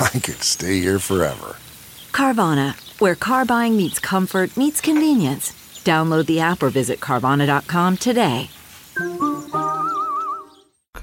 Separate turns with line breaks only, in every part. I could stay here forever.
Carvana, where car buying meets comfort, meets convenience. Download the app or visit Carvana.com today.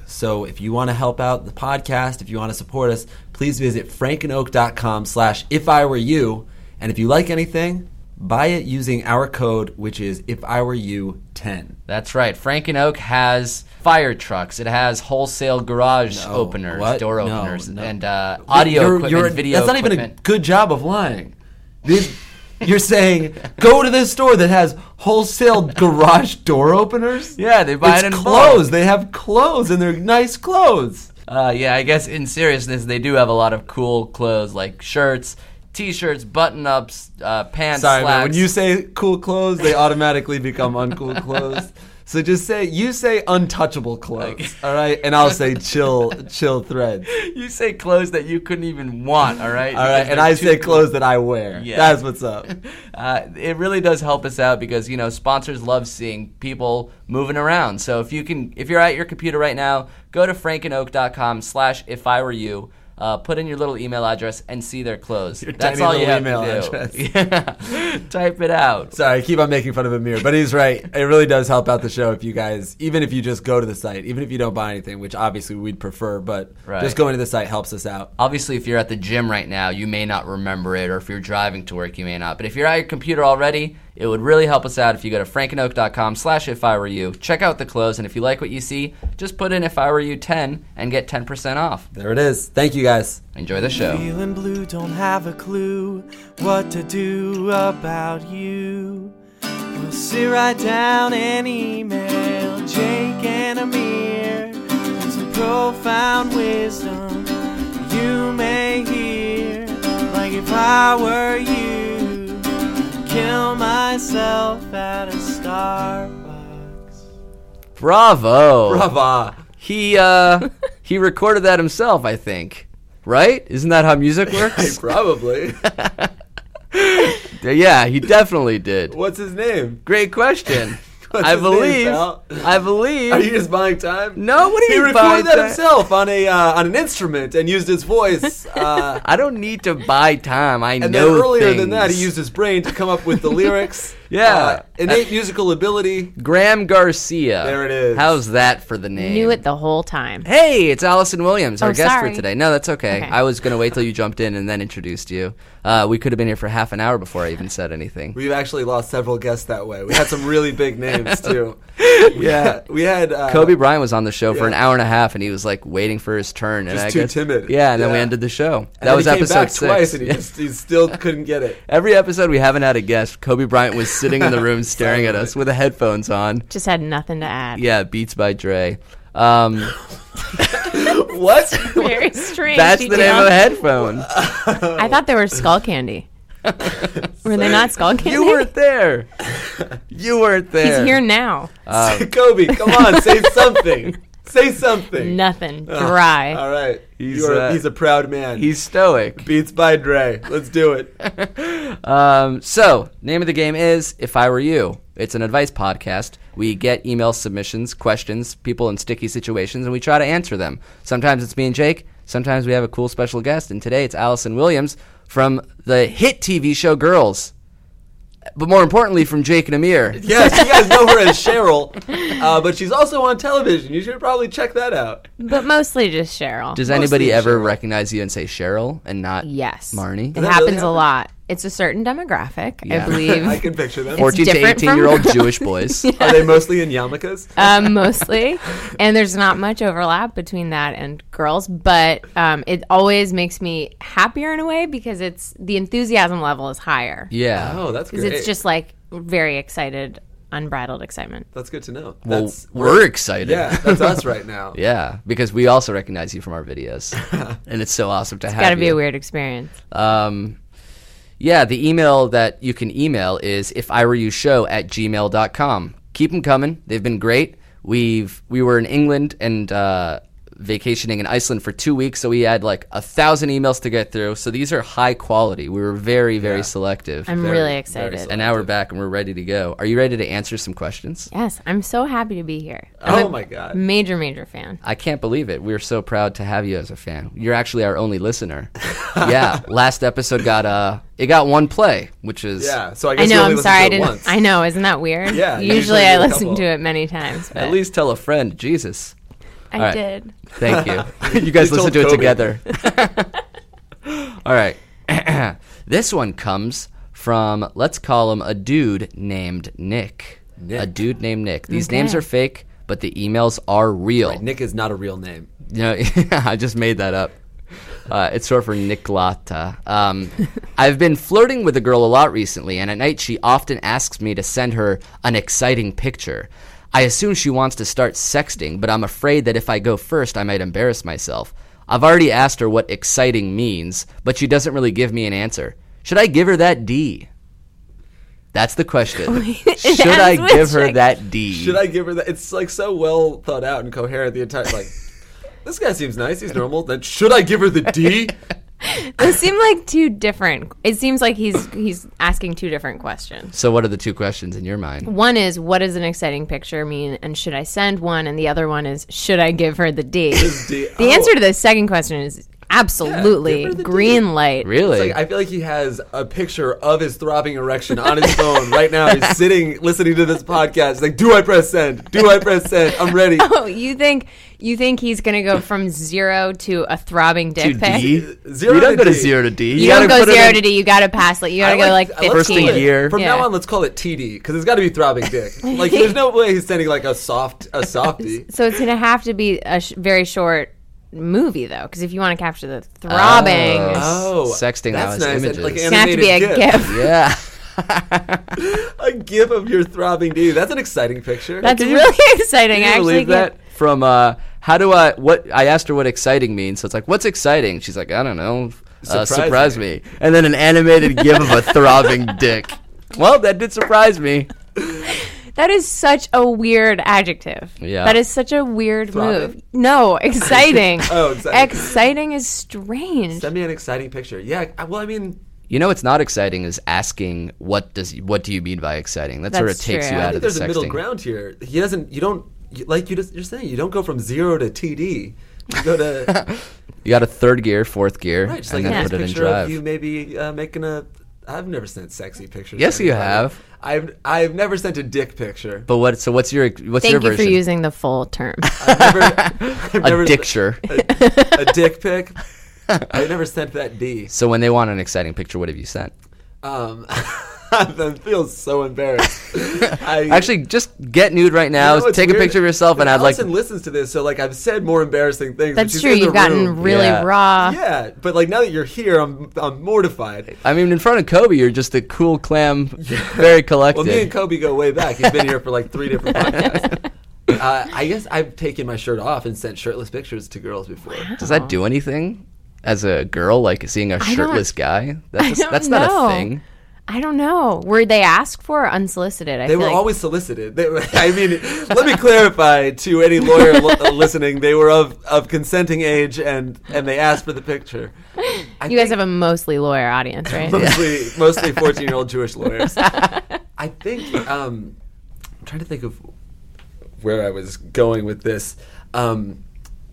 So if you want to help out the podcast, if you want to support us, please visit frankenoak.com slash if I were you. And if you like anything, buy it using our code, which is if I were you 10.
That's right. Frank and Oak has fire trucks. It has wholesale garage
No.
openers,
What?
door
No,
openers,
no.
and uh, audio
You're-
equipment,
you're-
video
That's not even a
equipment.
good job of lying. This- you're saying go to this store that has wholesale garage door openers?
Yeah, they buy
it's
it in bulk.
clothes. They have clothes, and they're nice clothes.
Uh, yeah, I guess in seriousness, they do have a lot of cool clothes like shirts, t-shirts, button-ups, uh, pants,
Sorry, man.
slacks.
When you say cool clothes, they automatically become uncool clothes. So just say you say untouchable clothes, all right? And I'll say chill, chill threads,
You say clothes that you couldn't even want. All right.
all right?
Because
And
they're
I
too
say
cool.
clothes that I wear.
Yeah.
That's what's up.
Uh, it really does help us out because you know sponsors love seeing people moving around. So if you can, if you're at your computer right now, go to frankenoak.com slash if I were you. Uh, put in your little email address and see their clothes. That's
tiny
all you
little
have
email
to do. Yeah. Type it out.
Sorry, I keep on making fun of Amir, but he's right. It really does help out the show if you guys, even if you just go to the site, even if you don't buy anything, which obviously we'd prefer, but
Right.
just going to the site helps us out.
Obviously, if you're at the gym right now, you may not remember it, or if you're driving to work, you may not. But if you're at your computer already, it would really help us out if you go to frankenoak.com slash if I were you. Check out the clothes, and if you like what you see, just put in if I were you 10 and get 10% off.
There it is. Thank you guys.
Enjoy the show.
Feeling blue, don't have a clue what to do about you. We'll sit right down and email Jake and Amir with some profound wisdom you may hear. Like if I were you, I'd kill myself at a Starbucks.
Bravo.
Brava.
He uh he recorded that himself, I think. Right? Isn't that how music works?
Probably.
yeah, he definitely did.
What's his name?
Great question.
What's
I
his name,
believe
pal?
I believe
Are you just buying time?
No, what do
He
you mean
recorded
by
that
that?
himself on a uh, on an instrument and used his voice. Uh,
I don't need to buy time. I
and
know
then earlier than
things.
that, he used his brain to come up with the lyrics.
Yeah.
Uh, innate musical ability.
Graham Garcia.
There it is.
How's that for the name?
Knew it the whole time.
Hey, it's Allison Williams, our
Oh,
guest
sorry.
for today. No, that's okay.
Okay.
I was gonna wait till you jumped in and then introduced you. Uh, we could have been here for half an hour before I even said anything.
We've actually lost several guests that way. We had some really big names too. Yeah, we had uh,
Kobe Bryant was on the show for an
yeah.
hour and a half, and he was like waiting for his turn. and
Just
I
too
guess-
timid.
Yeah, and then we
Yeah.
ended the show.
and
that
then
was
he came
episode
back
six.
twice, and he
Yeah.
just he still couldn't get it.
Every episode we haven't had a guest. Kobe Bryant was sitting in the room staring at us with the headphones on.
Just had nothing to add.
Yeah, Beats by Dre. Um,
What?
Very strange.
that's the
detail.
name of the headphone.
I thought they were skull candy. were they not skull candy?
You weren't there. You weren't
He's
there.
here now.
Uh,
Kobe, come on, say something. Say something.
Nothing. Dry.
All right,
He's,
you are,
uh,
he's a proud man.
He's stoic.
Beats by Dre. Let's do it.
Um, so, name of the game is If I Were You. It's an advice podcast. We get email submissions, questions, people in sticky situations, and we try to answer them. Sometimes it's me and Jake. Sometimes we have a cool special guest, and today it's Allison Williams from the hit TV show Girls. but more importantly, from Jake and Amir.
Yes, you guys know her as Cheryl, uh, but she's also on television. You should probably check that out.
but mostly just Cheryl.
Does
Mostly
anybody ever
Cheryl.
recognize you and say Cheryl and not
yes,
Marnie?
It
that
happens
really
a
happen?
lot. It's a certain demographic, I
Yeah.
believe.
I can picture them.
14 to
different
18
from-
year old Jewish boys.
Are they mostly in yarmulkes?
um, mostly. And there's not much overlap between that and girls, but um, it always makes me happier in a way because it's the enthusiasm level is higher.
Yeah.
Oh, that's
Because
great.
it's just like very excited, unbridled excitement.
that's good to know.
Well,
that's
we're excited.
yeah, that's us right now.
Yeah, because we also recognize you from our videos, and it's so awesome to have.
Got to be
you.
a weird experience.
Um, yeah, the email that you can email is if I were you show at gmail.com. Keep them coming. They've been great. We've we were in England and uh, vacationing in Iceland for two weeks, so we had like a thousand emails to get through. So these are high quality. We were very very selective.
I'm
Very,
really
very
excited.
and now we're back and we're ready to go. Are you ready to answer some questions?
yes, I'm so happy to be here. I'm
Oh
a
my god.
Major, major fan.
I can't believe it. We're so proud to have you as a fan. You're actually our only listener. yeah, last episode got uh it got one play, which is
Yeah. So I
I
guess
know.
we only
I'm
listened
sorry.
to
I
it
didn't.
Once.
I know. Isn't that weird?
Yeah, you
Usually,
usually
I
do a
listen to
couple.
it many times. But
At least tell a friend, Jesus.
I
all right.
did.
Thank you. you guys
You told
listen to it
Kobe.
together. All right. this one comes from let's call him a dude named Nick. A dude named Nick. These names
Okay.
are fake, but the emails are real.
Nick is not a real name.
No, I just made that up. Uh, it's short for Nicolata. Um, I've been flirting with a girl a lot recently, and at night she often asks me to send her an exciting picture. I assume she wants to start sexting, but I'm afraid that if I go first, I might embarrass myself. I've already asked her what exciting means, but she doesn't really give me an answer. Should I give her that D? That's the question. Should I
That's
give her
what-
that D?
Should I give her that? It's like so well thought out and coherent. The entire like, this guy seems nice. He's normal. Then should I give her the D?
Those seem like two different. It seems like he's he's asking two different questions.
So, what are the two questions in your mind?
One is what does an exciting picture mean, and should I send one? And the other one is should I give her the D?
D.
The answer to the second question is
give
absolutely
Oh. her the D.
green light.
Really?
It's like, I feel like he has a picture of his throbbing erection on his phone right now. He's sitting listening to this podcast. He's like, do I press send? Do I press send? I'm ready.
Oh, you think you think he's gonna go from zero to a throbbing dick pic?
Zero
you
to
don't go to
D.
zero to D.
You,
gotta
don't go
put it
zero
in-
to D. You gotta pass. Like you gotta
I
go like
I let's
First a
fifteen.
call it-
year.
From
Yeah.
now on, let's call it TD because it's got to be throbbing dick. like, there's no way he's sending like a soft, a softie.
So it's gonna have to be a sh- very short movie though, because if you want to capture the throbbing,
Oh,
Sexting now
that's
is
nice.
images.
Like
It's
it's gonna have to be a
Oh. animated
gif.
Yeah.
a gif of your throbbing D. That's an exciting picture.
That's really exciting. I
Can you
actually
believe
can't-
that? From uh, how do I? What I asked her what exciting means. So it's like, what's exciting? She's like, I don't know. Uh,
Surprise
surprise
me.
me. And then an animated gif of a throbbing dick. Well, that did surprise me.
that is such a weird adjective.
Yeah.
That is such a weird
Throbbing?
move. No, exciting.
Oh, exciting.
Exciting is strange.
Send me an exciting picture. Yeah. I- Well, I mean,
You know, what's not exciting is asking what does what do you mean by exciting. That's, where it
That's
takes
true.
you
I
out
I think
of the
there's a middle
sexting.
ground here. He doesn't. You don't. You, like you just, you're saying, you don't go from zero to TD. You go to
You got a third gear, fourth gear,
right, just
and
like a
then
nice
put it in
picture
drive.
of you maybe uh, making a. I've never sent sexy pictures. to
Yes, you
anybody.
have.
I've I've never sent a dick picture.
But what? So what's your what's your
Thank you for
version?
using the full term.
I've never, I've never
a dicture.
a, a dick pic. I never sent that D.
so when they want an exciting picture, what have you sent?
Um, I feel so embarrassed. I,
Actually, just get nude right now.
You know, it's
take
weird.
a picture of yourself, and I'd like.
Allison listens to this, so like I've said more embarrassing things. but
That's
she's
true.
in the
You've gotten
room.
really
Yeah.
raw.
Yeah, but like now that you're here, I'm I'm mortified.
I mean, in front of Kobe, you're just a cool clam, very collected.
Well, me and Kobe go way back. He's been here for like three different podcasts. Uh, I guess I've taken my shirt off and sent shirtless pictures to girls before.
Does that do anything? As a girl, like seeing a shirtless guy, that's just-
don't
that's not
know.
a thing.
I don't know. Were they asked for or unsolicited? I
They
feel
were
like-
always solicited. They were, I mean, let me clarify to any lawyer lo- listening: they were of, of consenting age, and and they asked for the picture. I
You guys have a mostly lawyer audience, right?
mostly mostly 14 year old Jewish lawyers. I think um, I'm trying to think of where I was going with this. Um,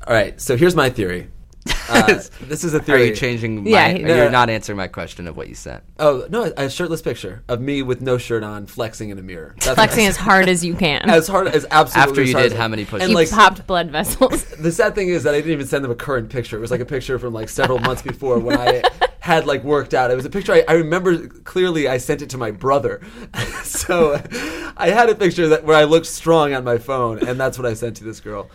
all right, so here's my theory. this is a
Are
theory.
you changing? My,
Yeah,
yeah,
he-
you're
Yeah.
not answering my question of what you sent.
Oh no, a shirtless picture of me with no shirt on, flexing in a mirror. That's
flexing as hard as you can.
as hard as absolutely.
After you
as hard
did
as-
how many push-ups?
And
you
like
popped blood vessels.
the sad thing is that I didn't even send them a current picture. It was like a picture from like several months before when I had like worked out. It was a picture I, I remember clearly. I sent it to my brother, so I had a picture that where I looked strong on my phone, and that's what I sent to this girl.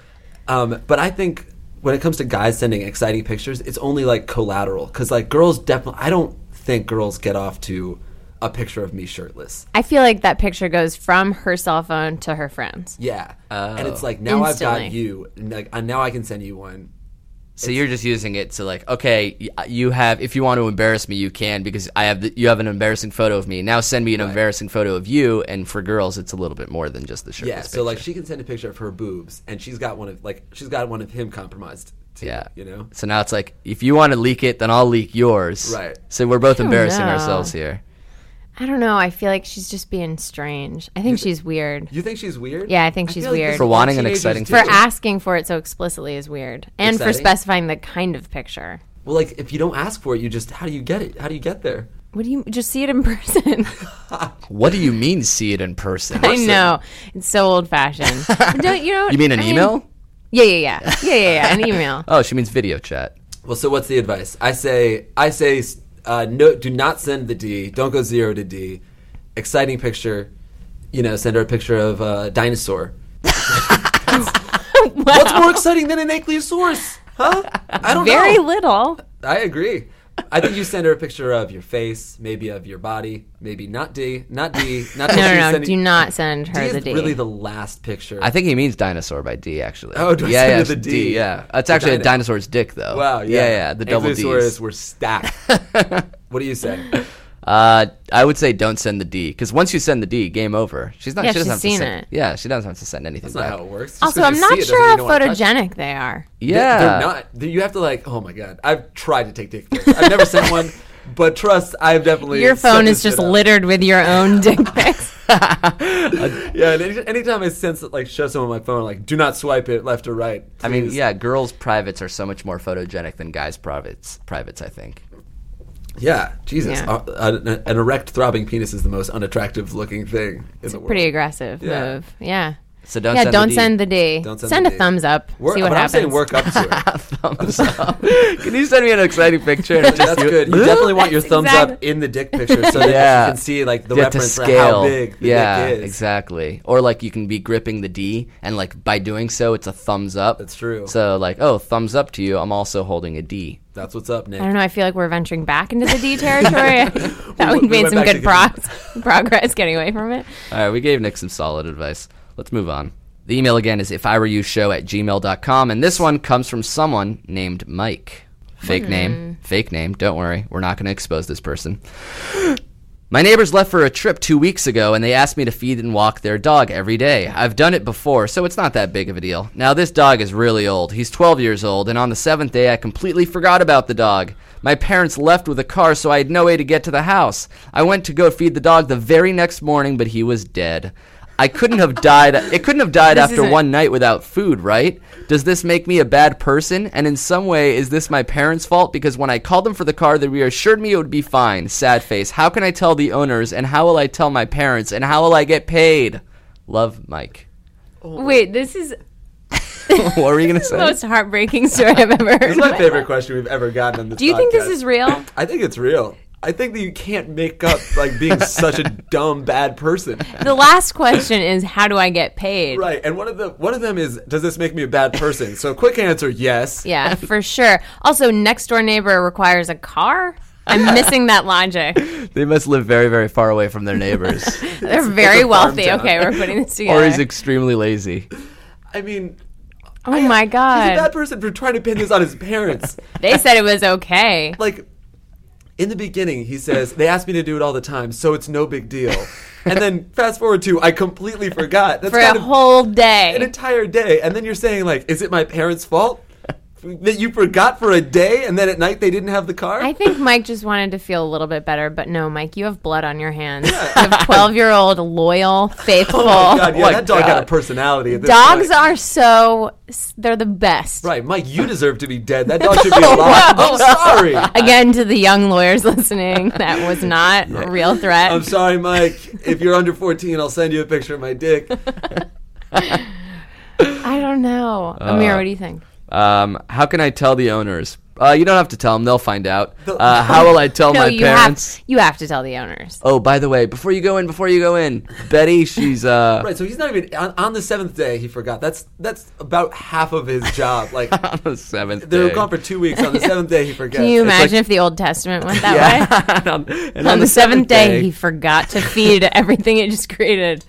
Um, but I think when it comes to guys sending exciting pictures, it's only like collateral because like girls definitely. I don't think girls get off to a picture of me shirtless.
I feel like that picture goes from her cell phone to her friends.
Yeah, and it's like now I've got
Instantly.
you. and, Like uh, now I can send you one.
So you're just using it to like, okay, y- uh, you have. If you want to embarrass me, you can because I have. The, you have an embarrassing photo of me. Now send me an embarrassing photo of you. And for girls, it's a little bit more than just the shirtless.
Yeah, so like
picture.
she can send a picture of her boobs, and she's got one of like she's got one of him compromised. Too,
Yeah.
you know.
So now it's like, if you want to leak it, then I'll leak yours.
Right.
So we're both embarrassing
know.
ourselves here.
I don't know. I feel like she's just being strange. I think she's weird.
You think she's weird?
Yeah, I think she's
feel like
weird.
this is
For
what
wanting an
teenagers
exciting
do.
For asking for it so explicitly is weird, and for
Exciting.
specifying the kind of picture.
Well, like if you don't ask for it, you just how do you get it? How do you get there?
What do you just see it in person?
What do you mean, see it in person?
I know it's so old fashioned. don't you know?
You mean an
I
email?
Yeah, yeah, yeah, yeah, yeah, yeah. An email.
Oh, she means video chat.
Well, so what's the advice? I say I say uh, no. Do not send the D. Don't go zero to D. Exciting picture. You know, send her a picture of a dinosaur. What's more exciting than an ankylosaurus? Huh? I don't know.
Very little.
I agree. I think you send her a picture of your face, maybe of your body, maybe not D, not D, not
No, no, no. Do not send her the
is
D.
really the last picture.
I think he means dinosaur by D, actually.
Oh, do I
yeah,
send
yeah,
it the
it's
D?
Yeah, it's
The
actually a
dino-
dinosaur's dick, though.
wow, yeah,
yeah, the double
Ankylosaurus
D's.
were stacked. what do you say?
Uh, I would say don't send the D because once you send the D, game over. She's not.
Yeah,
she doesn't
she's
have
seen
to send,
it.
Yeah, she doesn't have to send anything
That's not
back.
how it works. Just
Also,
'cause
I'm
you
not
see it doesn't
sure
mean
how
you don't wanna touch it.
photogenic they are.
Yeah,
They're not. They- You have to like. Oh my god, I've tried to take dick pics. I've never sent one, but trust, I've definitely.
Your
set
phone
this
is just
shit up.
littered with your own dick pics.
Yeah, and any, anytime I sense that, like show someone my phone, like do not swipe it left or right.
I mean,
please.
yeah, girls' privates are so much more photogenic than guys' privates. Privates, I think.
Yeah, Jesus.
Yeah.
Uh, an, an erect throbbing penis is the most unattractive looking thing in the world.
Pretty aggressive
Yeah.
move. Yeah.
So don't.
yeah,
send
don't
the D.
send the D.
Don't send
send
the
a
D.
thumbs up.
Work,
see what
but
happens.
I'm saying work up to it.
thumbs up. Can you send me an exciting picture? And just
That's good. You definitely want your
That's
thumbs
exact-
up in the dick picture so that
Yeah.
you can see like the
Yeah, to
reference for
scale.
how big the
yeah,
dick is.
exactly. Or like you can be gripping the D, and like by doing so, it's a thumbs up.
That's true.
So like, oh, thumbs up to you. I'm also holding a D.
That's what's up, Nick.
I don't know. I feel like we're venturing back into the D territory. that
We-
we,
we
made
went
some
back to
good
getting-
prog- progress getting away from it.
All right, we gave Nick some solid advice. Let's move on. The email again is if I were you show at gmail.com, and this one comes from someone named Mike. Fake name, fake name. Don't worry, we're not going to expose this person. My neighbors left for a trip two weeks ago, and they asked me to feed and walk their dog every day. I've done it before, so it's not that big of a deal. Now, this dog is really old. He's 12 years old, and on the seventh day, I completely forgot about the dog. My parents left with a car, so I had no way to get to the house. I went to go feed the dog the very next morning, but he was dead. I couldn't have died. It couldn't have died after
isn't-
one night without food, right? Does this make me a bad person? And in some way, is this my parents' fault? Because when I called them for the car, they reassured me it would be fine. Sad face. How can I tell the owners? And how will I tell my parents? And how will I get paid? Love, Mike.
Wait, this is
what were you gonna
the
say?
most heartbreaking story I've ever heard.
This is my favorite question we've ever gotten on this
Do you think this
podcast.
is real?
I think it's real. I think that you can't make up like being such a dumb bad person.
The last question is how do I get paid?
Right. And one of the one of them is does this make me a bad person? So quick answer yes.
Yeah, for sure. Also, next door neighbor requires a car. I'm missing that logic.
they must live very, very far away from their neighbors,
They're very
farm
wealthy.
town.
Okay, we're putting this
or he's
together.
extremely lazy.
I mean
Oh my
he's a bad
god.
person for trying to pin this on his parents.
They said it was okay.
like in the beginning he says they ask me to do it all the time so it's no big deal and then fast forward to i completely forgot that's
For
kind
a
of
whole
an
day.
entire day and then you're saying like is it my parents fault that you forgot for a day, and then at night they didn't have the car.
I think Mike just wanted to feel a little bit better, but no, Mike, you have blood on your hands. You have 12 year old, loyal, faithful.
oh my god, yeah,
my
that dog got a
God.
personality. At this
uh, Dogs
point.
are so, they're the best.
right, Mike. You deserve to be dead. That dog should be
Oh,
alive. I'm sorry.
Again, to the young lawyers listening, that was not a real threat.
I'm sorry, Mike. If you're under 14, I'll send you a picture of my dick.
I don't know.
Uh,
Amir, what do you think?
Um, how can I tell the owners? Uh, you don't have to tell them; they'll find out. Uh, how will I tell
No,
my
you
parents?
have you have to tell the owners.
Oh, by the way, before you go in, before you go in, Betty, she's uh,
Right, so he's not even on, on the seventh day. He forgot. That's that's about half of his job. Like
on the seventh.
they were
day.
gone for two weeks. On the seventh day, he forgets.
Can you
like-
imagine if the Old Testament went that way?
and on, and
on, the seventh day, he forgot to feed everything it just created,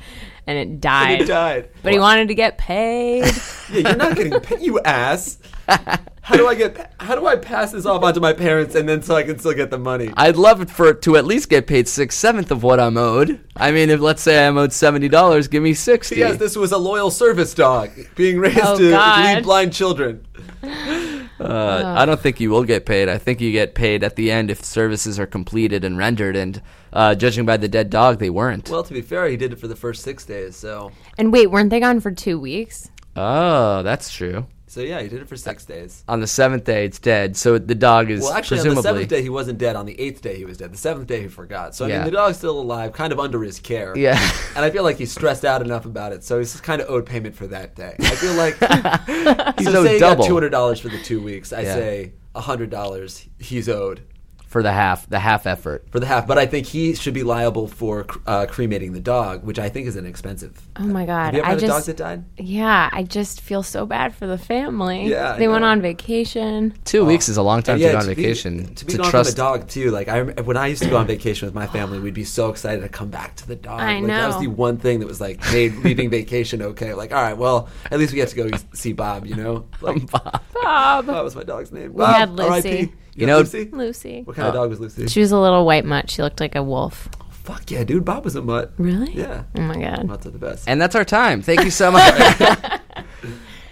and it died.
He died.
But he wanted to get paid.
Yeah, you're not getting paid, you ass. How do I get? How do I pass this off onto my parents and then so I can still get the money?
I'd love it for to at least get paid six seventh of what I'm owed. I mean, if let's say I'm owed seventy dollars, give me sixty.
Yes, this was a loyal service dog being raised
Oh,
to
God.
lead blind children.
Uh, I don't think you will get paid. I think you get paid at the end if services are completed and rendered. And uh, judging by the dead dog, they weren't.
Well, to be fair, he did it for the first six days. So,
and wait, weren't they gone for two weeks?
oh, that's true.
so yeah, he did it for six days.
On the seventh day, it's dead. So the dog is
Uh, Well, actually,
presumably.
on the seventh day he wasn't dead. On the eighth day he was dead. The seventh day he forgot. So I
Yeah.
mean, the dog's still alive, kind of under his care.
Yeah.
And I feel like he's stressed out enough about it, so he's kind of owed payment for that day. I feel like
He's
so
owed
say he
double.
got two hundred dollars for the two weeks. I
Yeah.
say hundred dollars he's owed
for the half, the half effort.
for the half, but I think he should be liable for uh, cremating the dog, which I think is inexpensive.
Oh my god!
Have you ever
I
had
just
a dog that died?
yeah, I just feel so bad for the family.
Yeah, I
they went
know.
on vacation.
Two weeks is a long time to go on
be-
vacation.
Oh. to be gone
trust
from a dog too. Like I, rem- when I used to go on vacation with my family, we'd be so excited to come back to the dog.
I
like, That was
know.
the one thing that was like made leaving vacation okay. Like all right, well at least we get to go see Bob. You know, like, Bob.
Bob,
That was my dog's name. We
had Lucy.
You
know- Uh,
know Lucy.
Lucy.
What kind of dog was Lucy?
She was a little white mutt. She looked like a wolf.
Fuck yeah, dude. Bob was a mutt.
Really?
Yeah.
Oh my god.
Mutts are the best.
And that's our time. Thank you so much.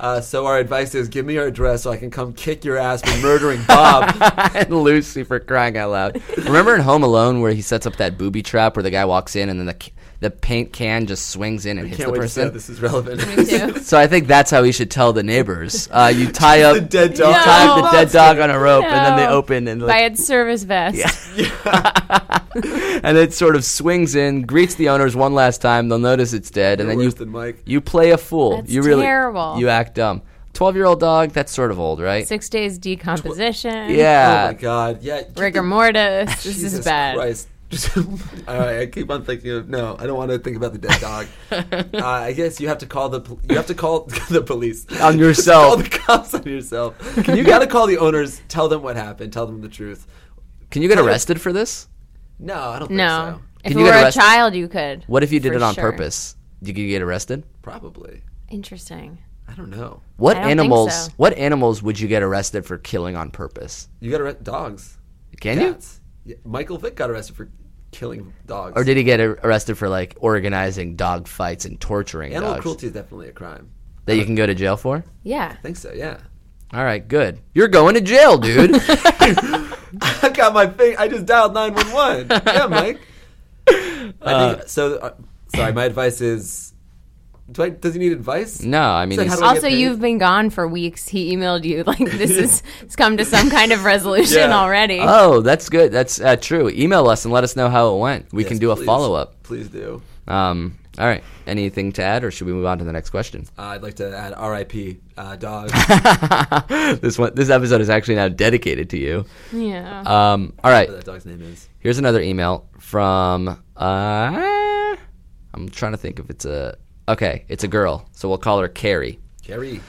Uh, so our advice is give me your address so I can come kick your ass for murdering Bob.
and Lucy for crying out loud. Remember in Home Alone where he sets up that booby trap where the guy walks in and then the c- the paint can just swings in and hits
Can't
the
wait to see how
person.
this is relevant.
So I think that's how he should tell the neighbors. Uh, you tie up
the dead dog.
you tie up
No.
the dead dog on a rope, and then they
No.
open and
By
like,
its service vest.
and it sort of swings in, greets the owners one last time. They'll notice it's dead, and
You're
then you
worse than Mike.
you play a fool.
That's
you really
terrible.
you act dumb. Twelve year old dog. That's sort of old, right?
Six days decomposition.
Yeah.
oh my god. Yeah.
Rigor mortis. This is
Jesus
bad.
Christ. All right, I keep on thinking of no. I don't want to think about the dead dog. uh, I guess you have to call the pol- you have to call the police
On yourself.
call the cops on yourself. You got to call the owners. Tell them what happened. Tell them the truth.
Can you get arrested for this?
No, I don't think
No.
so.
If
Can
you
you
were
get
a
arrested?
child, you could.
What if you did
For
it on
sure.
purpose? Did you get arrested?
Probably.
Interesting.
I don't know.
What
I don't think
animals?
so.
What animals would you get arrested for killing on purpose?
You got arrested dogs.
Can you?
Cats. Yeah, Michael Vick got arrested for killing dogs.
Or did he get ar- arrested for like organizing dog fights and torturing
Animal
dogs
cruelty is definitely a crime.
that you can go to jail for?
Yeah.
I think so. Yeah.
All right, good. You're going to jail, dude.
I got my thing. I just dialed nine one one. Yeah, Mike. I think, so uh, sorry. My advice is. Do I, does he need advice?
no, I mean,
So how
he's-
do I get
Also,
paid?
you've been gone for weeks. He emailed you like this is it's come to some kind of resolution
Yeah.
already.
oh, that's good. That's uh, true. Email us and let us know how it went. We
Yes,
can do a
please.
follow up.
Please do.
Um, all right. Anything to add, or should we move on to the next question?
Uh, I'd like to add R.I.P. Uh, dog.
this one, this episode is actually now dedicated to you.
yeah.
Um, all right.
what that dog's name is.
Here's another email from uh, I'm trying to think if it's a okay, it's a girl, so we'll call her Carrie.
Carrie.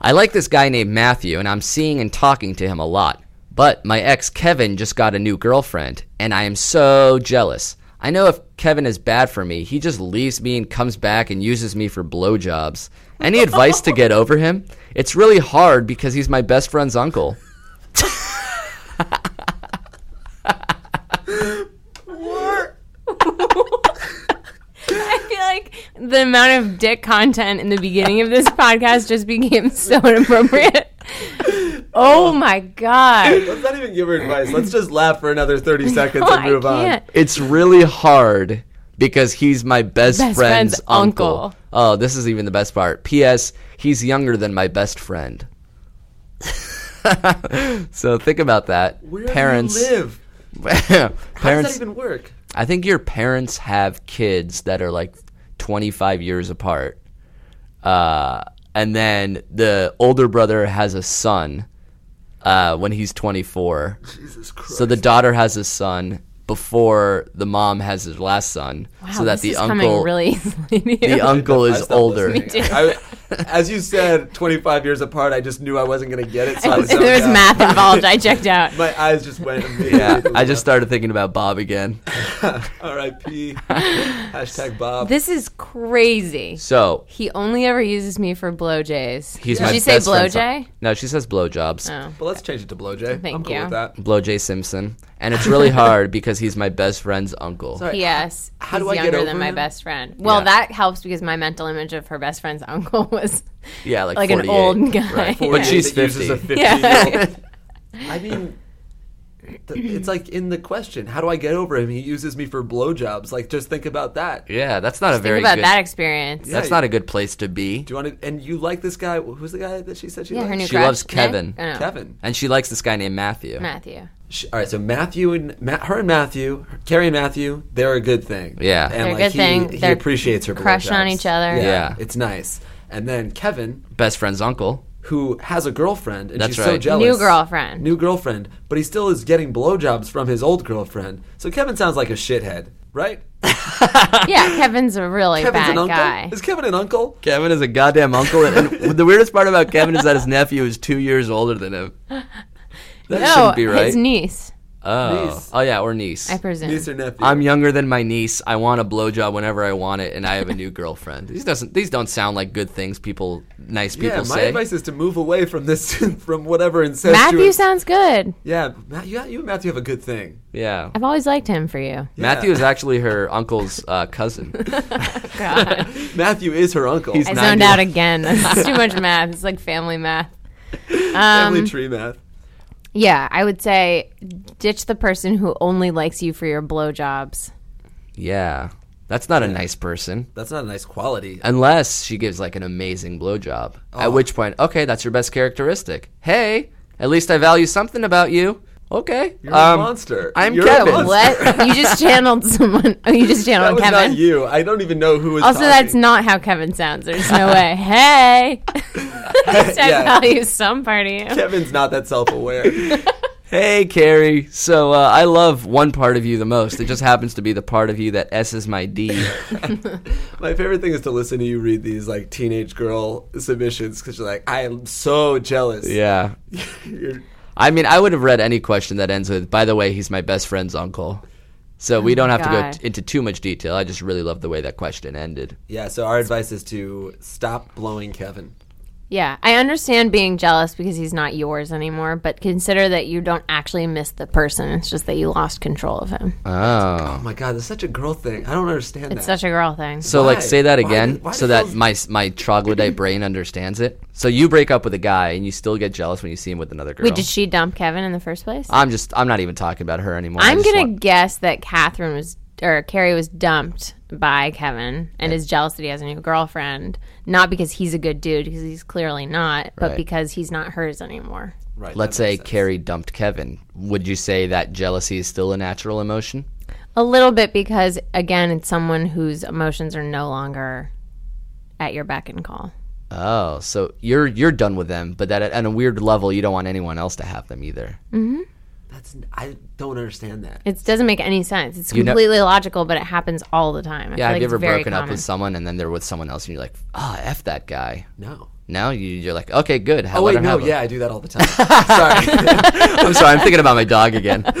I like this guy named Matthew, and I'm seeing and talking to him a lot. But my ex Kevin just got a new girlfriend, and I am so jealous. I know if Kevin is bad for me, he just leaves me and comes back and uses me for blowjobs. Any advice to get over him? It's really hard because he's my best friend's uncle.
I feel like the amount of dick content in the beginning of this podcast just became so inappropriate. Oh my god.
Let's not even give her advice. Let's just laugh for another 30 seconds
Oh,
and move
I
on.
can't.
It's really hard because he's my best, friend's,
Best friend's
uncle.
uncle.
Oh, this is even the best part. P.S. He's younger than my best friend. so think about that.
Where
parents
do you live? How
parents
does that even work?
I think your parents have kids that are like 25 years apart. Uh, and then the older brother has a son uh, when he's 24.
Jesus Christ.
So the daughter has a son before the mom has his last son.
Wow,
so that
this
the
is coming
uncle
really easily to
the
you.
uncle
I
is
stopped
older.
listening. I- as you said, 25 years apart, I just knew I wasn't going to get it. So I zoned
there was
out.
math involved. I checked out.
My eyes just went. immediately
Yeah,
to
I just
left.
started thinking about Bob again.
R.I.P. Hashtag Bob.
This is crazy.
So
He only ever uses me for blowjays.
he's
Did
my
she
best
say
friend's
blowjay?
son. No, she says blowjobs.
Oh.
but let's change it to Blowjay.
Thank
I'm cool
you.
with that.
Blow Jay Simpson, and it's really hard because he's my best friend's uncle.
Yes.
how do
he's
I get
younger
over
than my
him?
best friend. Well,
Yeah.
that helps because my mental image of her best friend's uncle was
Yeah, like,
like an
48.
old guy.
Right.
But
she's
she's 50.
50.
Yeah.
I mean, th- it's like in the question. How do I get over him? He uses me for blowjobs. Like, just think about that. Do
Yeah, that's not a very
Think about
good.
that experience.
That's
Yeah,
not a good place to be.
you want to? And you like this guy? Who's the guy that she said she
Yeah,
liked?
her new
She
crush.
loves Kevin.
Nick? Oh, no.
Kevin.
And she likes this guy named Matthew.
Matthew.
She, all right, so Matthew and Ma- her and Matthew, Carrie and Matthew, they're a good thing.
Yeah.
and
They're
a good thing.
He, he
They're
appreciates her
crushing on
blowjobs.
each other.
Yeah.
it's nice. And then Kevin,
Best friend's uncle.
who has a girlfriend, and
That's
she's so
right.
jealous.
New girlfriend.
New girlfriend, but he still is getting blowjobs from his old girlfriend. So Kevin sounds like a shithead, right?
yeah, Kevin's a really
Kevin's
bad
an uncle.
guy.
Is Kevin an uncle?
Kevin is a goddamn uncle. And, and the weirdest part about Kevin is that his nephew is two years older than him. That
No,
shouldn't be right.
his niece,
oh.
Niece.
oh, yeah, or niece.
I presume.
Niece or nephew?
I'm younger than my niece. I want a blowjob whenever I want it, and I have a new girlfriend. These doesn't. These don't sound like good things. People, nice people
yeah, my
say.
advice is to move away from this, from whatever incestuous.
Matthew sounds good.
yeah, Matt, you, you and Matthew have a good thing.
yeah.
I've always liked him for you.
Matthew is actually her uncle's uh, cousin.
God.
Matthew is her uncle.
He's
I
not-
zoned out again. It's too much math. It's like family math. um,
family tree math.
Yeah, I would say ditch the person who only likes you for your blowjobs.
yeah, that's not a nice person.
That's not a nice quality.
Unless she gives like an amazing blowjob.
Oh.
At which point, okay, that's your best characteristic. Hey, at least I value something about you. Okay.
You're a monster.
um, I'm
You're
Kevin.
A monster.
What? you just channeled someone. Oh, you just
That
channeled
was
Kevin.
not you. I don't even know who was.
Also,
talking.
that's not how Kevin sounds. There's no way. Hey, At least I
Yeah.
value some part of you.
Kevin's not that self-aware.
um, Hey, Carrie. So uh, I love one part of you the most. It just happens to be the part of you that S is my D.
My favorite thing is to listen to you read these like teenage girl submissions because you're like, I am so jealous.
yeah.
You're-
I mean, I would have read any question that ends with, by the way, he's my best friend's uncle. So we don't have to go
God.
t- into too much detail. I just really love the way that question ended.
yeah. So our advice is to stop blowing Kevin.
Yeah, I understand being jealous because he's not yours anymore, but consider that you don't actually miss the person. It's just that you lost control of him.
Oh my god, that's such a girl thing. I don't understand
it's
that.
such a girl thing.
So
Why?
like say that
Why
again
did- why
so
did
that
those-
my my troglodyte brain understands it. So you break up with a guy and you still get jealous when you see him with another girl.
Wait, did she dump Kevin in the first place?
I'm just I'm not even talking about her anymore. I
I'm
just
gonna
want-
guess that Catherine was or Carrie was dumped by Kevin and is jealous that he has a new girlfriend, not because he's a good dude because he's clearly not, but
Right.
because he's not hers anymore.
right.
Let's
that
say
makes sense.
Carrie dumped Kevin. Would you say that jealousy is still a natural emotion?
A little bit because again, it's someone whose emotions are no longer at your beck and call.
Oh, so you're you're done with them, but that at, at a weird level you don't want anyone else to have them either.
That's I don't understand that.
It doesn't make any sense. It's
know-
completely illogical, but it happens all the time. I feel
Yeah, have
like
you
it's
ever
very
broken up
common.
with someone and then they're with someone else and you're like, ah, f that guy.
No.
Now you, you're like, okay, good. How
Oh wait, no. Yeah, I do that all the time. Sorry.
I'm sorry. I'm thinking about my dog again.
I'm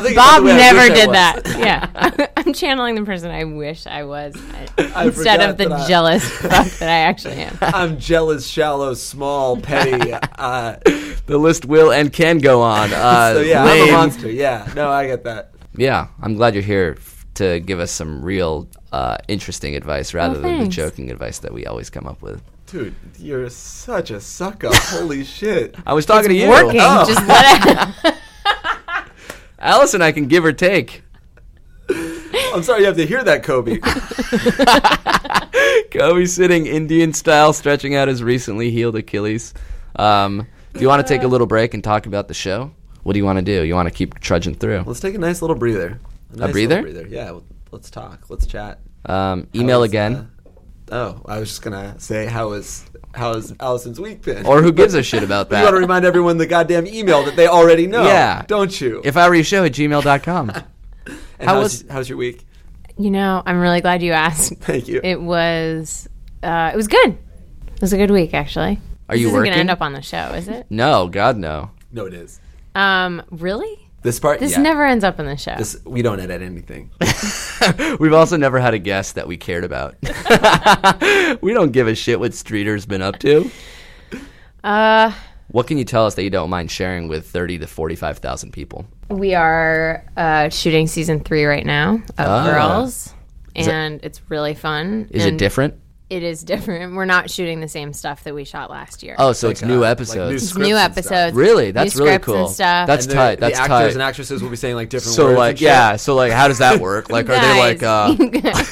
thinking about
Bob
the way I wish
never
I
did
was.
that. Yeah. I'm channeling the person I wish I was I, instead
forgot
of the
that I-
jealous fuck that I actually am.
I'm jealous, shallow, small, petty. Uh,
The list will and can go on. Uh,
so yeah, I'm
lame.
a monster. Yeah, no, I get that.
Yeah, I'm glad you're here f- to give us some real, uh, interesting advice rather than the
Oh, thanks.
joking advice that we always come up with.
Dude, you're such a suck up. Holy shit.
I was talking to you.
Working. Just let it.
Allison, I can give or take.
I'm sorry you have to hear that, Kobe.
Kobe's sitting Indian style, stretching out his recently healed Achilles. Um, do you want to take a little break and talk about the show? What do you want to do? You want to keep trudging through?
Let's take a nice little breather. A, nice little
breather?
breather. Yeah. well, Let's talk. Let's chat.
Um, email
was,
again,
Oh, I was just gonna say how is how is Allison's week been?
or who gives a shit about
But you want to
that?
remind everyone the goddamn email that they already know.
Yeah.
Don't you?
If I were you, show at gmail.com.
and
how
how's,
was-
how's your week?
You know, I'm really glad you asked.
Thank you.
It was uh, it was good. It was a good week actually.
Are you
this
working?
Isn't gonna end up on the show, is it?
no, God no.
no, it is.
Um, really?
This part.
This
yeah.
never ends up on the show.
This, we don't edit anything.
We've also never had a guest that we cared about. we don't give a shit what Streeter's been up to.
Uh,
What can you tell us that you don't mind sharing with thirty to forty-five thousand people?
we are uh, shooting season three right now of Girls, and it's really fun.
Ah. Is it
and
different?
It is different. We're not shooting the same stuff that we shot last year.
Oh, so it's new
Like new
episodes.
scripts
new
and stuff.
episodes.
Really?
new
That's really
scripts
cool.
And stuff.
That's
And the,
tight.
the
That's
actors
tight.
and actresses will be saying like different
so
words.
like
and shit.
yeah, so like how does that work? Like are they like
Guys.
uh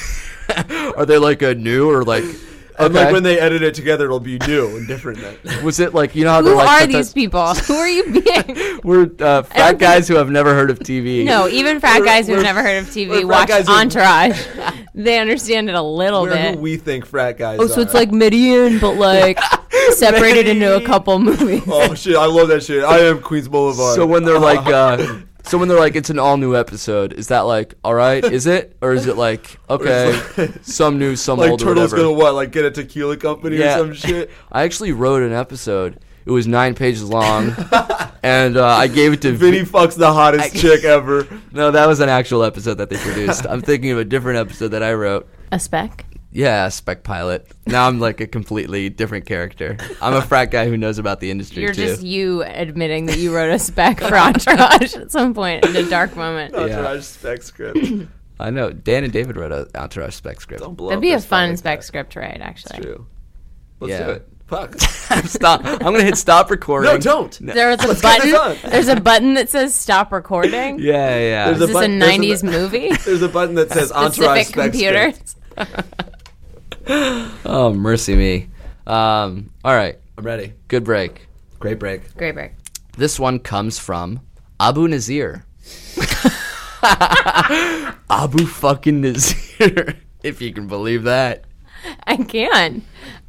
are they like a new or like
And
okay.
like when they edit it together, it'll be new and different. Then.
was it like you know how
Who
they're like
are
sometimes-
these people? Who are you being?
We're uh, fat
think-
guys who have never heard of TV.
No, even frat
We're-
guys who've
we're-
never heard of
we're
TV
frat
watch
guys who-
Entourage. they understand it a little
We're
bit.
who we think frat guys.
oh, so
are.
it's like Midian, but like separated into a couple movies.
Oh shit! I love that shit. I am Queens Boulevard.
So when they're like, uh, so when they're like, it's an all new episode. Is that like, all right? Is it, or is it like, okay, some new, some
like
old, or
Turtle's
whatever?
gonna what? Like get a tequila company
Yeah.
or some shit.
I actually wrote an episode. It was nine pages long, and uh, I gave it to
Vinny fucks the hottest chick ever.
No, that was an actual episode that they produced. I'm thinking of a different episode that I wrote.
A spec.
Yeah, spec pilot. Now I'm like a completely different character. I'm a frat guy who knows about the industry
You're
too.
just you admitting that you wrote a spec for Entourage at some point in a dark moment.
That's what I spec script.
I know. Dan and David wrote an entourage spec script.
Don't blow
That'd
up
be a
this
fun
thing.
spec script to write, actually.
True. Let's
Yeah.
do it. Fuck.
stop. I'm gonna hit stop recording.
no, don't.
There's a
get this
button. There's a button that says stop recording.
Yeah, yeah.
There's
Is this a
button- there's a
'90s
bu-
movie?
There's a button that says Entourage
Specific
spec
computers.
script.
oh mercy me. Um, all right,
I'm ready.
good break.
Great break.
Great break.
This one comes from Abu Nazir. Abu fucking Nazir, if you can believe that.
I can't.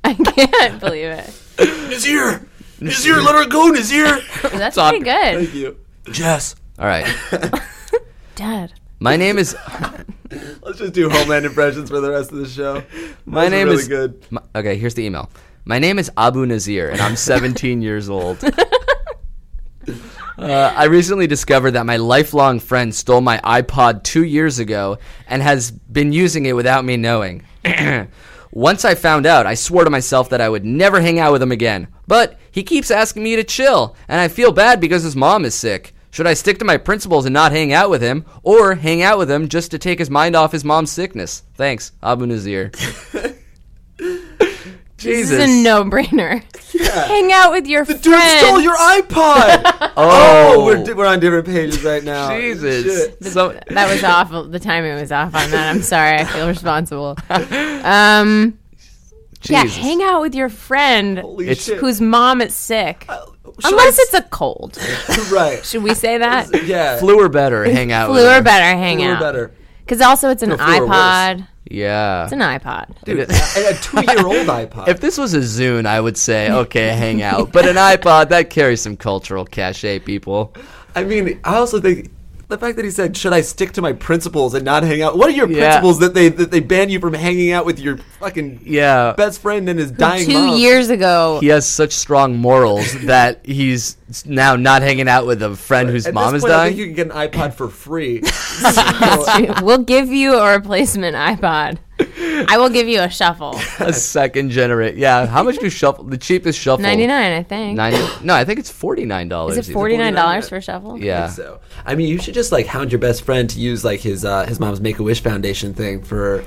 I can't believe it.
Nazir, Nazir, let her go, Nazir.
That's
Top-
pretty good.
Thank you.
Yes. All right.
Dad.
My name is.
Let's just do Homeland impressions for the rest of the show.
My
Those are
name
really
is.
good.
My- okay, here's the email. My name is Abu Nazir, and I'm 17 years old. Uh, I recently discovered that my lifelong friend stole my iPod two years ago and has been using it without me knowing. Once I found out, I swore to myself that I would never hang out with him again. But he keeps asking me to chill, and I feel bad because his mom is sick. Should I stick to my principles and not hang out with him, or hang out with him just to take his mind off his mom's sickness? Thanks, Abu Nazir. Jesus.
This is a no-brainer. Hang out with your
Dude
friends.
stole your iPod.
oh,
oh, we're, di- we're on different pages right now.
Jesus.
Shit.
So,
that was awful. The timing was off on that. I'm sorry. I feel responsible. Um, yeah,
Jesus.
hang out with your friend
Holy
It's-
shit.
whose mom is sick.
Should
Unless
I
it's a cold.
s- right.
Should we say that?
Yeah.
flu or better, hang out with
Uh, Flu or
him.
better hang
Flu or
out.
better.
Because also it's an
flu or worse.
iPod.
Yeah.
It's an iPod.
Dude,
And a two-year-old iPod.
if this was a Zune, I would say, okay, hang out. But an iPod, that carries some cultural cachet, people.
I mean, I also think the fact that he said, "Should I stick to my principles and not hang out?" What are your
Yeah.
principles that they that they ban you from hanging out with your fucking
Yeah.
best friend and his dying
Two
mom?
years ago,
He has such strong morals that he's now not hanging out with a friend whose
At
mom
this
is
point, I
dying.
think you can get an iPod for free.
we'll give you a replacement iPod. I will give you a shuffle.
a second generate. Yeah. How much do shuffle? The cheapest shuffle.
99, I think.
90 no, I think it's $49.
Is it $49 for a shuffle?
Yeah.
So, I mean, you should just like hound your best friend to use like his uh, his mom's Make a Wish Foundation thing for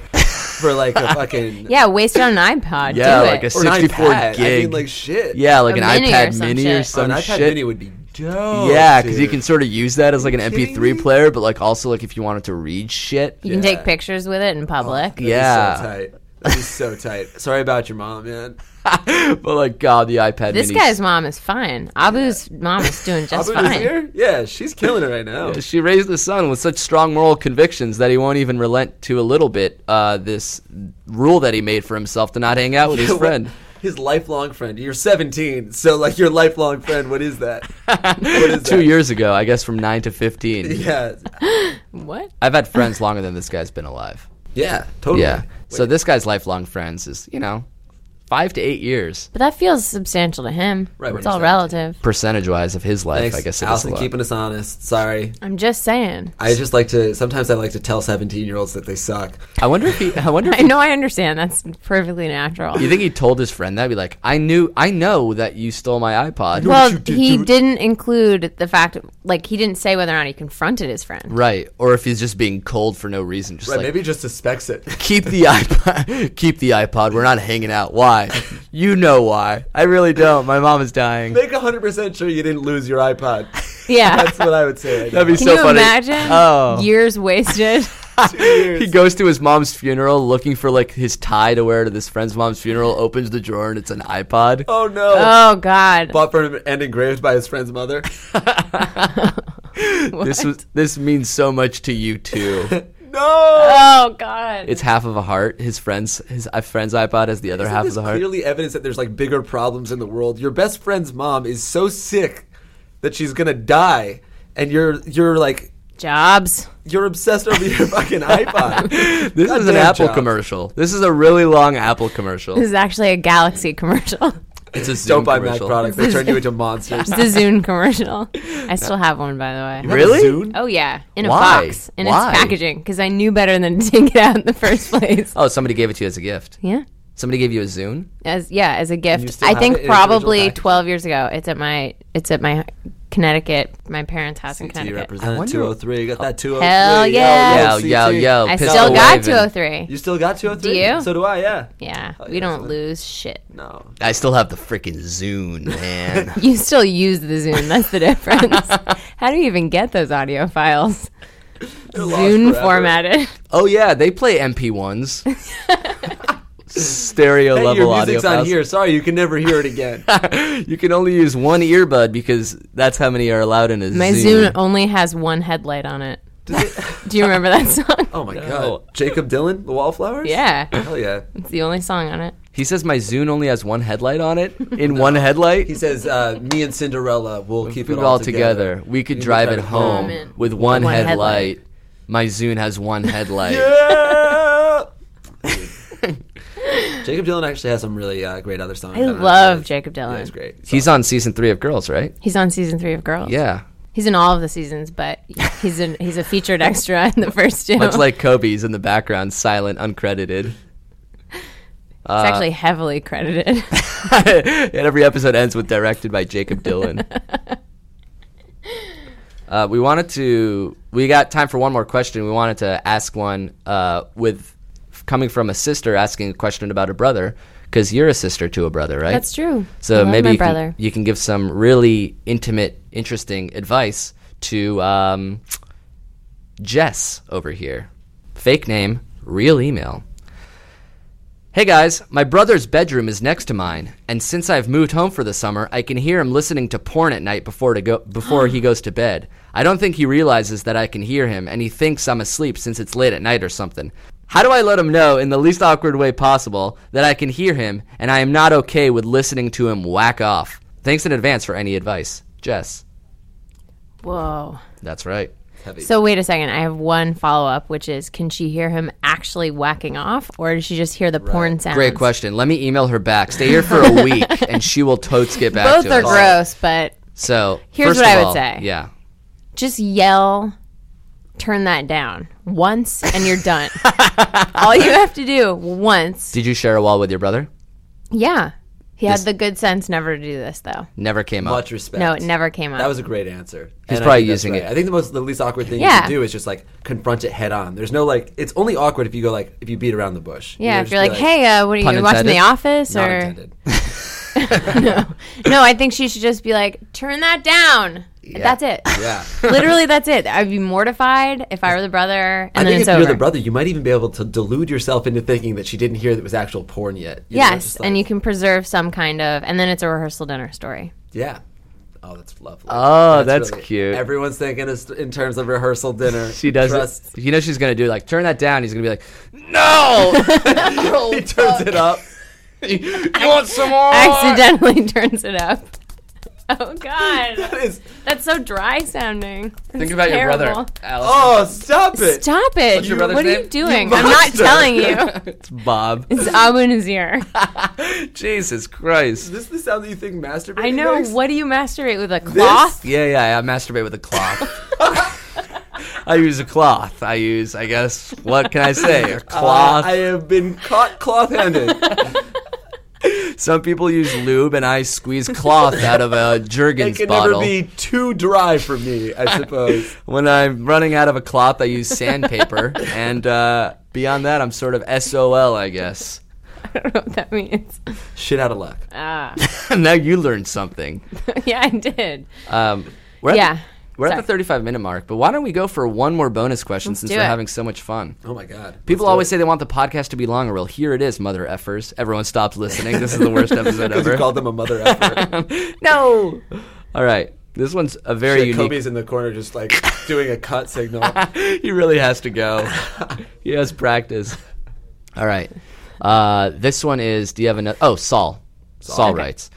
for like a fucking
Yeah, waste it on an iPod.
Yeah,
do
like
it.
a
or an
64
iPad. I mean,
gig.
like shit.
Yeah, like
A
an
mini or
iPad
some
Mini or
shit.
some
Oh, an iPad
shit.
Mini would be dope.
yeah, because you
dude.
can sort of use that as like an
kidding
MP3
me?
player, but like also like if you wanted to read shit.
you can
Yeah.
take pictures with it in public.
Oh, Yeah.
That'd be so tight. That'd be so tight. Sorry about your mom, man.
but like God, the iPad.
This
Minis-
guy's mom is fine. Abu's mom is doing just
Abu
fine.
Nazir? Yeah, she's killing it right now.
She raised the son with such strong moral convictions that he won't even relent to a little bit. Uh, this rule that he made for himself to not hang out with his
What-
friend.
His lifelong friend. You're 17, so like your lifelong friend. What is that? what is
Two
that?
years ago, I guess, from nine to fifteen.
Yeah,
What?
I've had friends longer than this guy's been alive.
yeah, totally.
Yeah. So this guy's lifelong friends is you know five to eight years
But that feels substantial to him.
Right,
it's
we're
all
just-
relative.
percentage wise of his life.
Thanks,
I guess it is a
Allison,
lot.
keeping us honest. Sorry,
I'm just saying.
I just like to. Sometimes I like to tell 17 year olds that they suck.
I wonder if he. I wonder. If
I know I understand. That's perfectly natural.
You think he told his friend that? Be like, I knew, I know that you stole my iPod.
well, he didn't include the fact, like, he didn't say whether or not he confronted his friend.
Right, or if he's just being cold for no reason, just
Right?
like
maybe just suspects it.
keep the iPod, keep the iPod. We're not hanging out. Why? You know why? I really don't. My mom is dying.
Make 100 percent sure you didn't lose your iPod.
Yeah.
That's what I would say.
That'd be
Can
so
you
funny.
imagine?
Oh.
Years wasted.
He goes to his mom's funeral looking for like his tie to wear to this friend's mom's funeral. Opens the drawer and it's an iPod.
oh no.
oh, God.
Bought for him and engraved by his friend's mother.
This was this means so much to you too.
No.
oh, God.
it's half of a heart. His friend's his uh, friend's iPod has the other half
This
of
is
the heart.
clearly evidence that there's like bigger problems in the world. Your best friend's mom is so sick that she's gonna die, and you're you're like
Jobs.
you're obsessed over your fucking iPod.
This is an
Goddamn
Apple
job.
commercial. This is a really long Apple commercial.
This is actually a Galaxy commercial.
It's a Zoom
Don't buy Mac
commercial.
products; they turn you into monsters.
It's a Zune commercial. I still have one, by the way.
Really?
Oh, yeah. In a
Why?
box. In
Why?
its packaging. Because I knew better than to take it out in the first place.
Oh, somebody gave it to you as a gift.
Yeah.
Somebody gave you a Zune.
As yeah, as a gift.
still
I
have it in
think
its original
probably
packaging?
twelve years ago. It's at my it's at my Connecticut, my parents' house in
CT
Connecticut.
represent 203. You got that 203.
Hell yeah.
Yo,
CT.
yo, yo!
I
pistol
still got
waving.
two oh three.
You still got 203?
Do you?
So do I, yeah.
Yeah. We
yeah,
don't
so-
lose shit.
No.
I still have the freaking Zune, man.
You still use the Zoom, that's the difference. How do you even get those audio files?
lost
Zoom
forever.
formatted.
oh yeah, they play MP ones. Stereo
Hey,
level
your
audio
music's on
files.
here. Sorry, you can never hear it again.
You can only use one earbud because that's how many are allowed in a
My
Zune.
Zoom only has one headlight on it. do you remember that song?
oh my god. Jacob Dylan, The Wallflowers?
Yeah.
Hell yeah.
It's the only song on it.
He says my Zune only has one headlight on it. In one headlight,
He says, uh, me and Cinderella will keep
we
it
were
all,
all together. We could
You
drive it home
home.
with one,
One
headlight.
headlight.
My Zune has one headlight.
Yeah! Jacob Dylan actually has some really uh, great other songs.
I
don't know.
love Jacob
Yeah,
Dylan.
he's great.
He's on season three of Girls, right?
He's on season three of Girls.
Yeah.
He's in all of the seasons, but he's in he's a featured extra in the first two.
Much like Kobe's in the background, silent, uncredited.
it's
uh,
actually heavily credited.
and every episode ends with directed by Jacob Dylan. uh, we wanted to. We got time for one more question. We wanted to ask one uh, with coming from a sister asking a question about a brother because you're a sister to a brother, right?
That's true. I
So
love
maybe
my
you can-
brother.
you can give some really intimate, interesting advice to um, Jess over here. Fake name, real email. Hey guys, my brother's bedroom is next to mine, and since I've moved home for the summer, I can hear him listening to porn at night before to go before he goes to bed. I don't think he realizes that I can hear him, and he thinks I'm asleep since it's late at night or something. How do I let him know in the least awkward way possible that I can hear him and I am not okay with listening to him whack off? Thanks in advance for any advice. Jess.
Whoa.
That's right.
So wait a second. I have one follow up, which is: Can she hear him actually whacking off, or does she just hear the porn sounds?
Great question. Let me email her back. Stay here for a week and she will totes get back
Both
to us.
are gross, but
So
Here's
first
what
of
I would
all,
say.
Yeah.
just yell, turn that down once, and you're done. All you have to do once.
Did you share a wall with your brother?
Yeah. He had
This-
the good sense never to do this, though.
Never came up.
Much respect.
No, it never came up.
That was a great answer.
He's
And I
probably
think that's
using it.
I think the most, the least awkward thing you
Yeah.
can do is just like confront it head on. There's no like. It's only awkward if you go like if you beat around the bush.
yeah,
know,
if
just
you're
be
like, "Hey, uh, what are you
Pun
watching The
intended.
Office?"
not
or
intended.
no, I think she should just be like, "Turn that down." That's it.
Yeah.
Literally, that's it. I'd be mortified if I were the brother, and
I
then
think
it's
if
over.
you're the brother, you might even be able to delude yourself into thinking that she didn't hear that it was actual porn yet. You know,
yes,
just like-
and you can preserve some kind of, and then it's a rehearsal dinner story.
Yeah. Oh, that's lovely.
Oh, that's cute.
Everyone's thinking is- in terms of rehersal dinner.
She does
Trust.
it. You know she's gonna do like turn that down. He's gonna be like, no.
He turns it up.
you want some more?
Accidentally turns it up. Oh God,
It's-
that's so dry sounding.
Think about your brother, Alex.
oh, stop it.
Stop it!
your brother's
what are
name?
you doing? I'm not
monster.
telling you.
It's Oh, Bob.
It's Abu Nazir.
Jesus Christ.
Is this the sound that you think masturbating
I know.
makes?
What do you masturbate with a cloth?
Yeah, yeah. I masturbate with a cloth. I use a cloth. I use, I guess. What can I say? A cloth.
Uh, I have been caught cloth-handed.
Some people use lube, and I squeeze cloth out of a
it
Jergens
can
bottle.
never be too dry for me, I suppose.
When I'm running out of a cloth, I use sandpaper, and uh, beyond that, I'm sort of SOL, I guess.
I don't know what that means. Ah,
Shit out of luck.
Uh.
now you learned something.
yeah, I did.
Um, we're at
Yeah.
The, we're at
Sorry.
the 35 minute mark, but why don't we go for one more bonus question since
do
we're
it.
having so much fun?
Oh my god.
People always say they want the podcast to be longer. Well, here it is, mother effers. Everyone stopped listening. This is the worst episode
because
ever.
you called them a mother effer.
no. All right. This one's a very
Shit,
unique.
Kobe's in the corner just like doing a cut signal.
he really has to go. he has practice. All right. Uh, this one is. Do you have another? Oh, Saul. Saul, writes.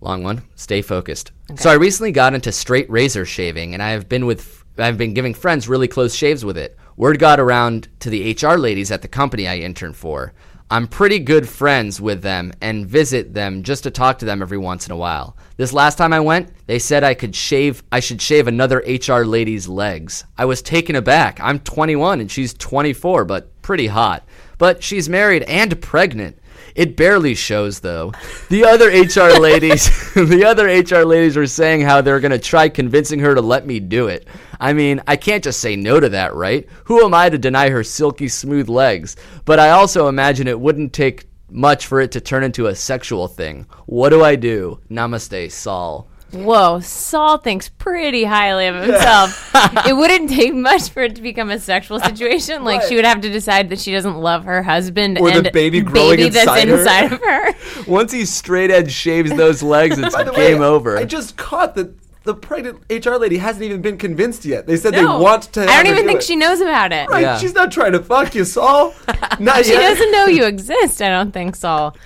Long one. Stay focused. So I recently got into straight razor shaving, and I have been with. I've been giving friends really close shaves with it. Word got around to the HR ladies at the company I intern for. I'm pretty good friends with them and visit them just to talk to them every once in a while. This last time I went, they said I could shave I should shave another HR lady's legs. I was taken aback. I'm 21 and she's 24, but pretty hot. But she's married and pregnant. It barely shows though. The other HR ladies, the other HR ladies were saying how they're going to try convincing her to let me do it. I mean, I can't just say no to that, right? Who am I to deny her silky smooth legs? But I also imagine it wouldn't take much for it to turn into a sexual thing. What do I do? Namaste, Saul.
Whoa, Saul thinks pretty highly of himself. it wouldn't take much for it to become a sexual situation. Like she would have to decide that she doesn't love her husband
Or the
and
baby growing
that's
inside her.
inside of her.
Once he straight edge shaves those legs, it's
By the
game
way,
over.
I just caught that the pregnant HR lady hasn't even been convinced yet. They said they
No.
want to.
I
have her
don't even
do
think
it.
she knows about it.
Right,
Yeah.
she's not trying to fuck you, Saul. Not
She
yet.
doesn't know you exist. I don't think Saul.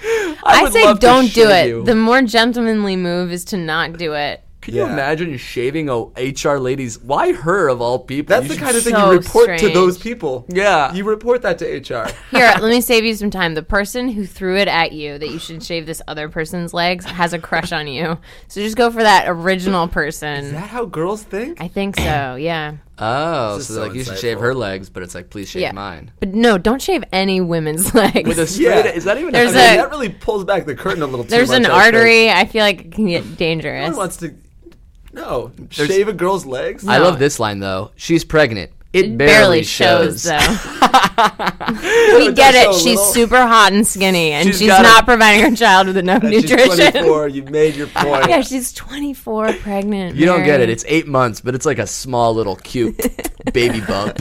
I,
would
say
love to
don't do
shave
it.
you.
The more gentlemanly move is to not do it.
Can you
Yeah.
imagine shaving a HR lady's? Why her of all people?
That's
You
the
should
kind of thing
So
you report to
strange.
those people.
Yeah.
you report that to HR.
Here, let me save you some time. The person who threw it at you that you should shave this other person's legs has a crush on you. So just go for that original
Is
person.
that how girls think?
I think so, yeah.
Oh,
This
so,
is so
like you should
insightful.
shave her legs, but it's like please shave
Yeah.
mine.
But no, don't shave any women's legs.
With a straight,
Yeah.
is that even?
There's
a,
I mean,
a-
that really pulls back the curtain a little. Too
There's an
much, I think.
artery. I feel like it can get
No one
dangerous.
wants to. No, shave a girl's legs.
I love this line though. She's pregnant. It,
It
barely, shows.
though. we get
That's
it.
so
She's
little.
super hot and skinny, and
She's
she's,
gotta-
not providing her child with enough
And She's
nutrition.
24. You made your point.
yeah, she's 24, pregnant.
you don't get it.
married.
It's eight months, but it's like a small little cute baby bump.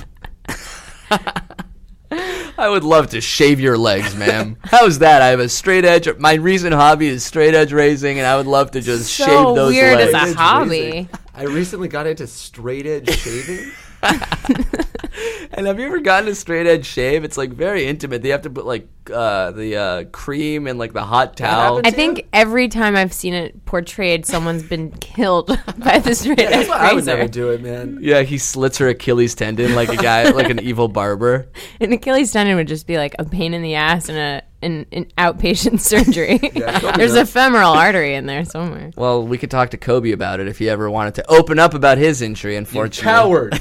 I would love to shave your legs, ma'am. How's that? I have a straight edge. My recent hobby is straight edge raising, and I would love to just
So
shave those
weird as
legs.
Straight
a
edge
hobby.
raising. I recently got into straight edge shaving.
And have you ever gotten a straight edge shave? It's like very intimate. They have to put like uh, the uh, cream and like the hot towel.
happens-
I think every time I've seen it portrayed, someone's been killed by the straight edge
That's why I would
razor.
never do it, man.
Yeah, he slits her Achilles tendon like a guy, like an evil barber.
An Achilles tendon would just be like a pain in the ass and a an, an outpatient surgery.
don't do
There's
that.
a femoral artery in there somewhere.
Well, we could talk to Kobe about it if he ever wanted to open up about his injury. Unfortunately,
Coward,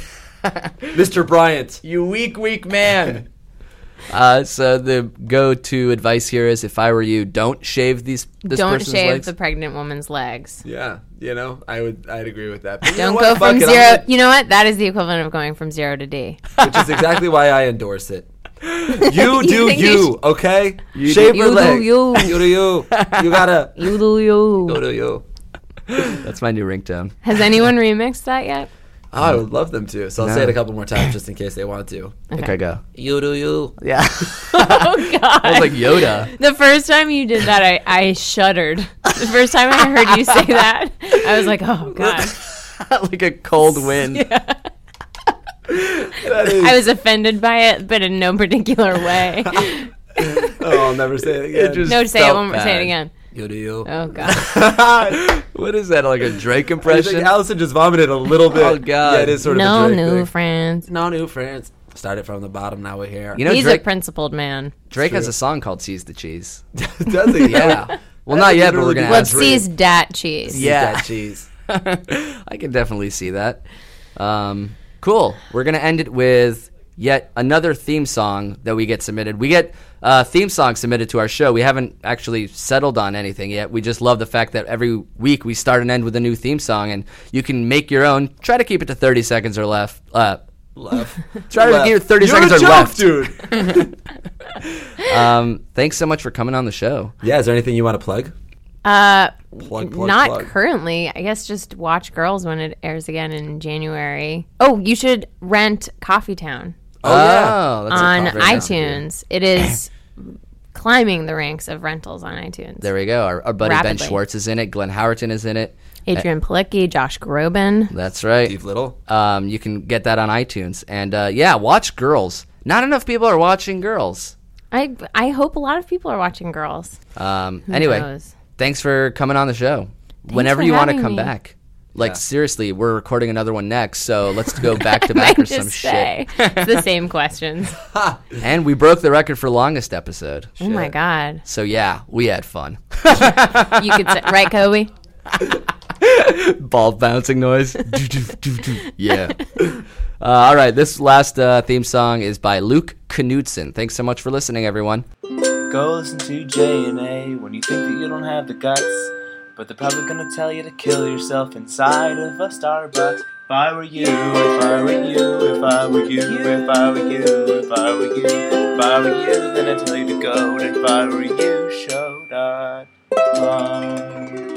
Mr. Bryant.
you weak, weak man. Uh, so the go-to advice here is, if I were you, don't shave these. This
Don't
person's
shave
legs.
the pregnant woman's legs.
Yeah, you know, I would, I'd agree with that. But you know
Don't
what?
go from
Fuck it, I'm
zero. You know what? That is the equivalent of going from zero to D.
gonna- which is exactly why I endorse it. You
You
do
think you
you, okay? Shave your
You do
leg.
you.
you do you. You gotta.
You do you.
You do you.
Oh, That's my new ringtone.
Has anyone remixed that yet?
Oh, I would love them to. So I'll say it a couple more times just in case they want to.
Okay, go.
You do you.
Yeah,
Oh God!
I was like Yoda.
the first time you did that, I, I shuddered. The first time I heard you say that, I was like, oh God!
like a cold wind.
I was offended by it, but in no particular way.
Oh, I'll never say it again.
just-
No, say it
Felt
one more. Say
bad.
it again.
you do you.
Oh God!
What is that? Like a Drake
I think
impression?
Allison just vomited a little bit.
Oh, God.
Yeah, it is sort of
No
a Drake
new
thing.
friends.
No new friends. Started from the bottom. Now we're here.
you know,
He's
Drake,
a principled man.
Drake has a song called "Seize the Cheese."
does he?
Yeah. Well, not yet, but we're gonna.
Let's
Have
see his dat cheese.
Yeah.
That cheese.
I can definitely see that. Um, cool. We're gonna end it with yet another theme song that we get submitted. We get uh, theme songs submitted to our show. We haven't actually settled on anything yet. We just love the fact that every week we start and end with a new theme song, and you can make your own. Try to keep it to thirty seconds or less. Uh,
Left.
try to
Left.
keep it thirty
You're
seconds
a
or
joke,
less.
dude.
Um, thanks so much for coming on the show.
Yeah, is there anything you want to plug?
Uh,
Plug, plug,
not
plug.
currently. I guess just watch Girls when it airs again in January. Oh, you should rent Coffee Town
Oh, yeah. that's a
on
pop right now.
iTunes. It is climbing the ranks of rentals on iTunes.
There we go. Our, our buddy Ben
Rapidly.
Schwartz is in it. Glenn Howerton is in it.
Adrian Palicki, Josh Groban.
That's right.
Steve Little.
Um, you can get that on iTunes. And uh, yeah, watch Girls. Not enough people are watching Girls.
I I hope a lot of people are watching Girls.
Um, anyway,
knows?
thanks for coming on the show. Whenever
for
you want to
having
come
me.
back. Like seriously, we're recording another one next, so let's go back to back or some
Just say it's the same questions.
shit. And we broke the record for longest episode.
Oh my God!
So yeah, we had fun.
You could say, right, Kobe.
Ball bouncing noise. yeah. Uh, all right, this last uh, theme song is by Luke Knudsen. Thanks so much for listening, everyone.
Go listen to J and A when you think that you don't have the guts, but they're probably gonna tell you to kill yourself inside of a Starbucks. If I were you, if I were you, if I were you, if I were you, if I were you, if I were you, then I'd tell you to go. And if I were you, show dot com.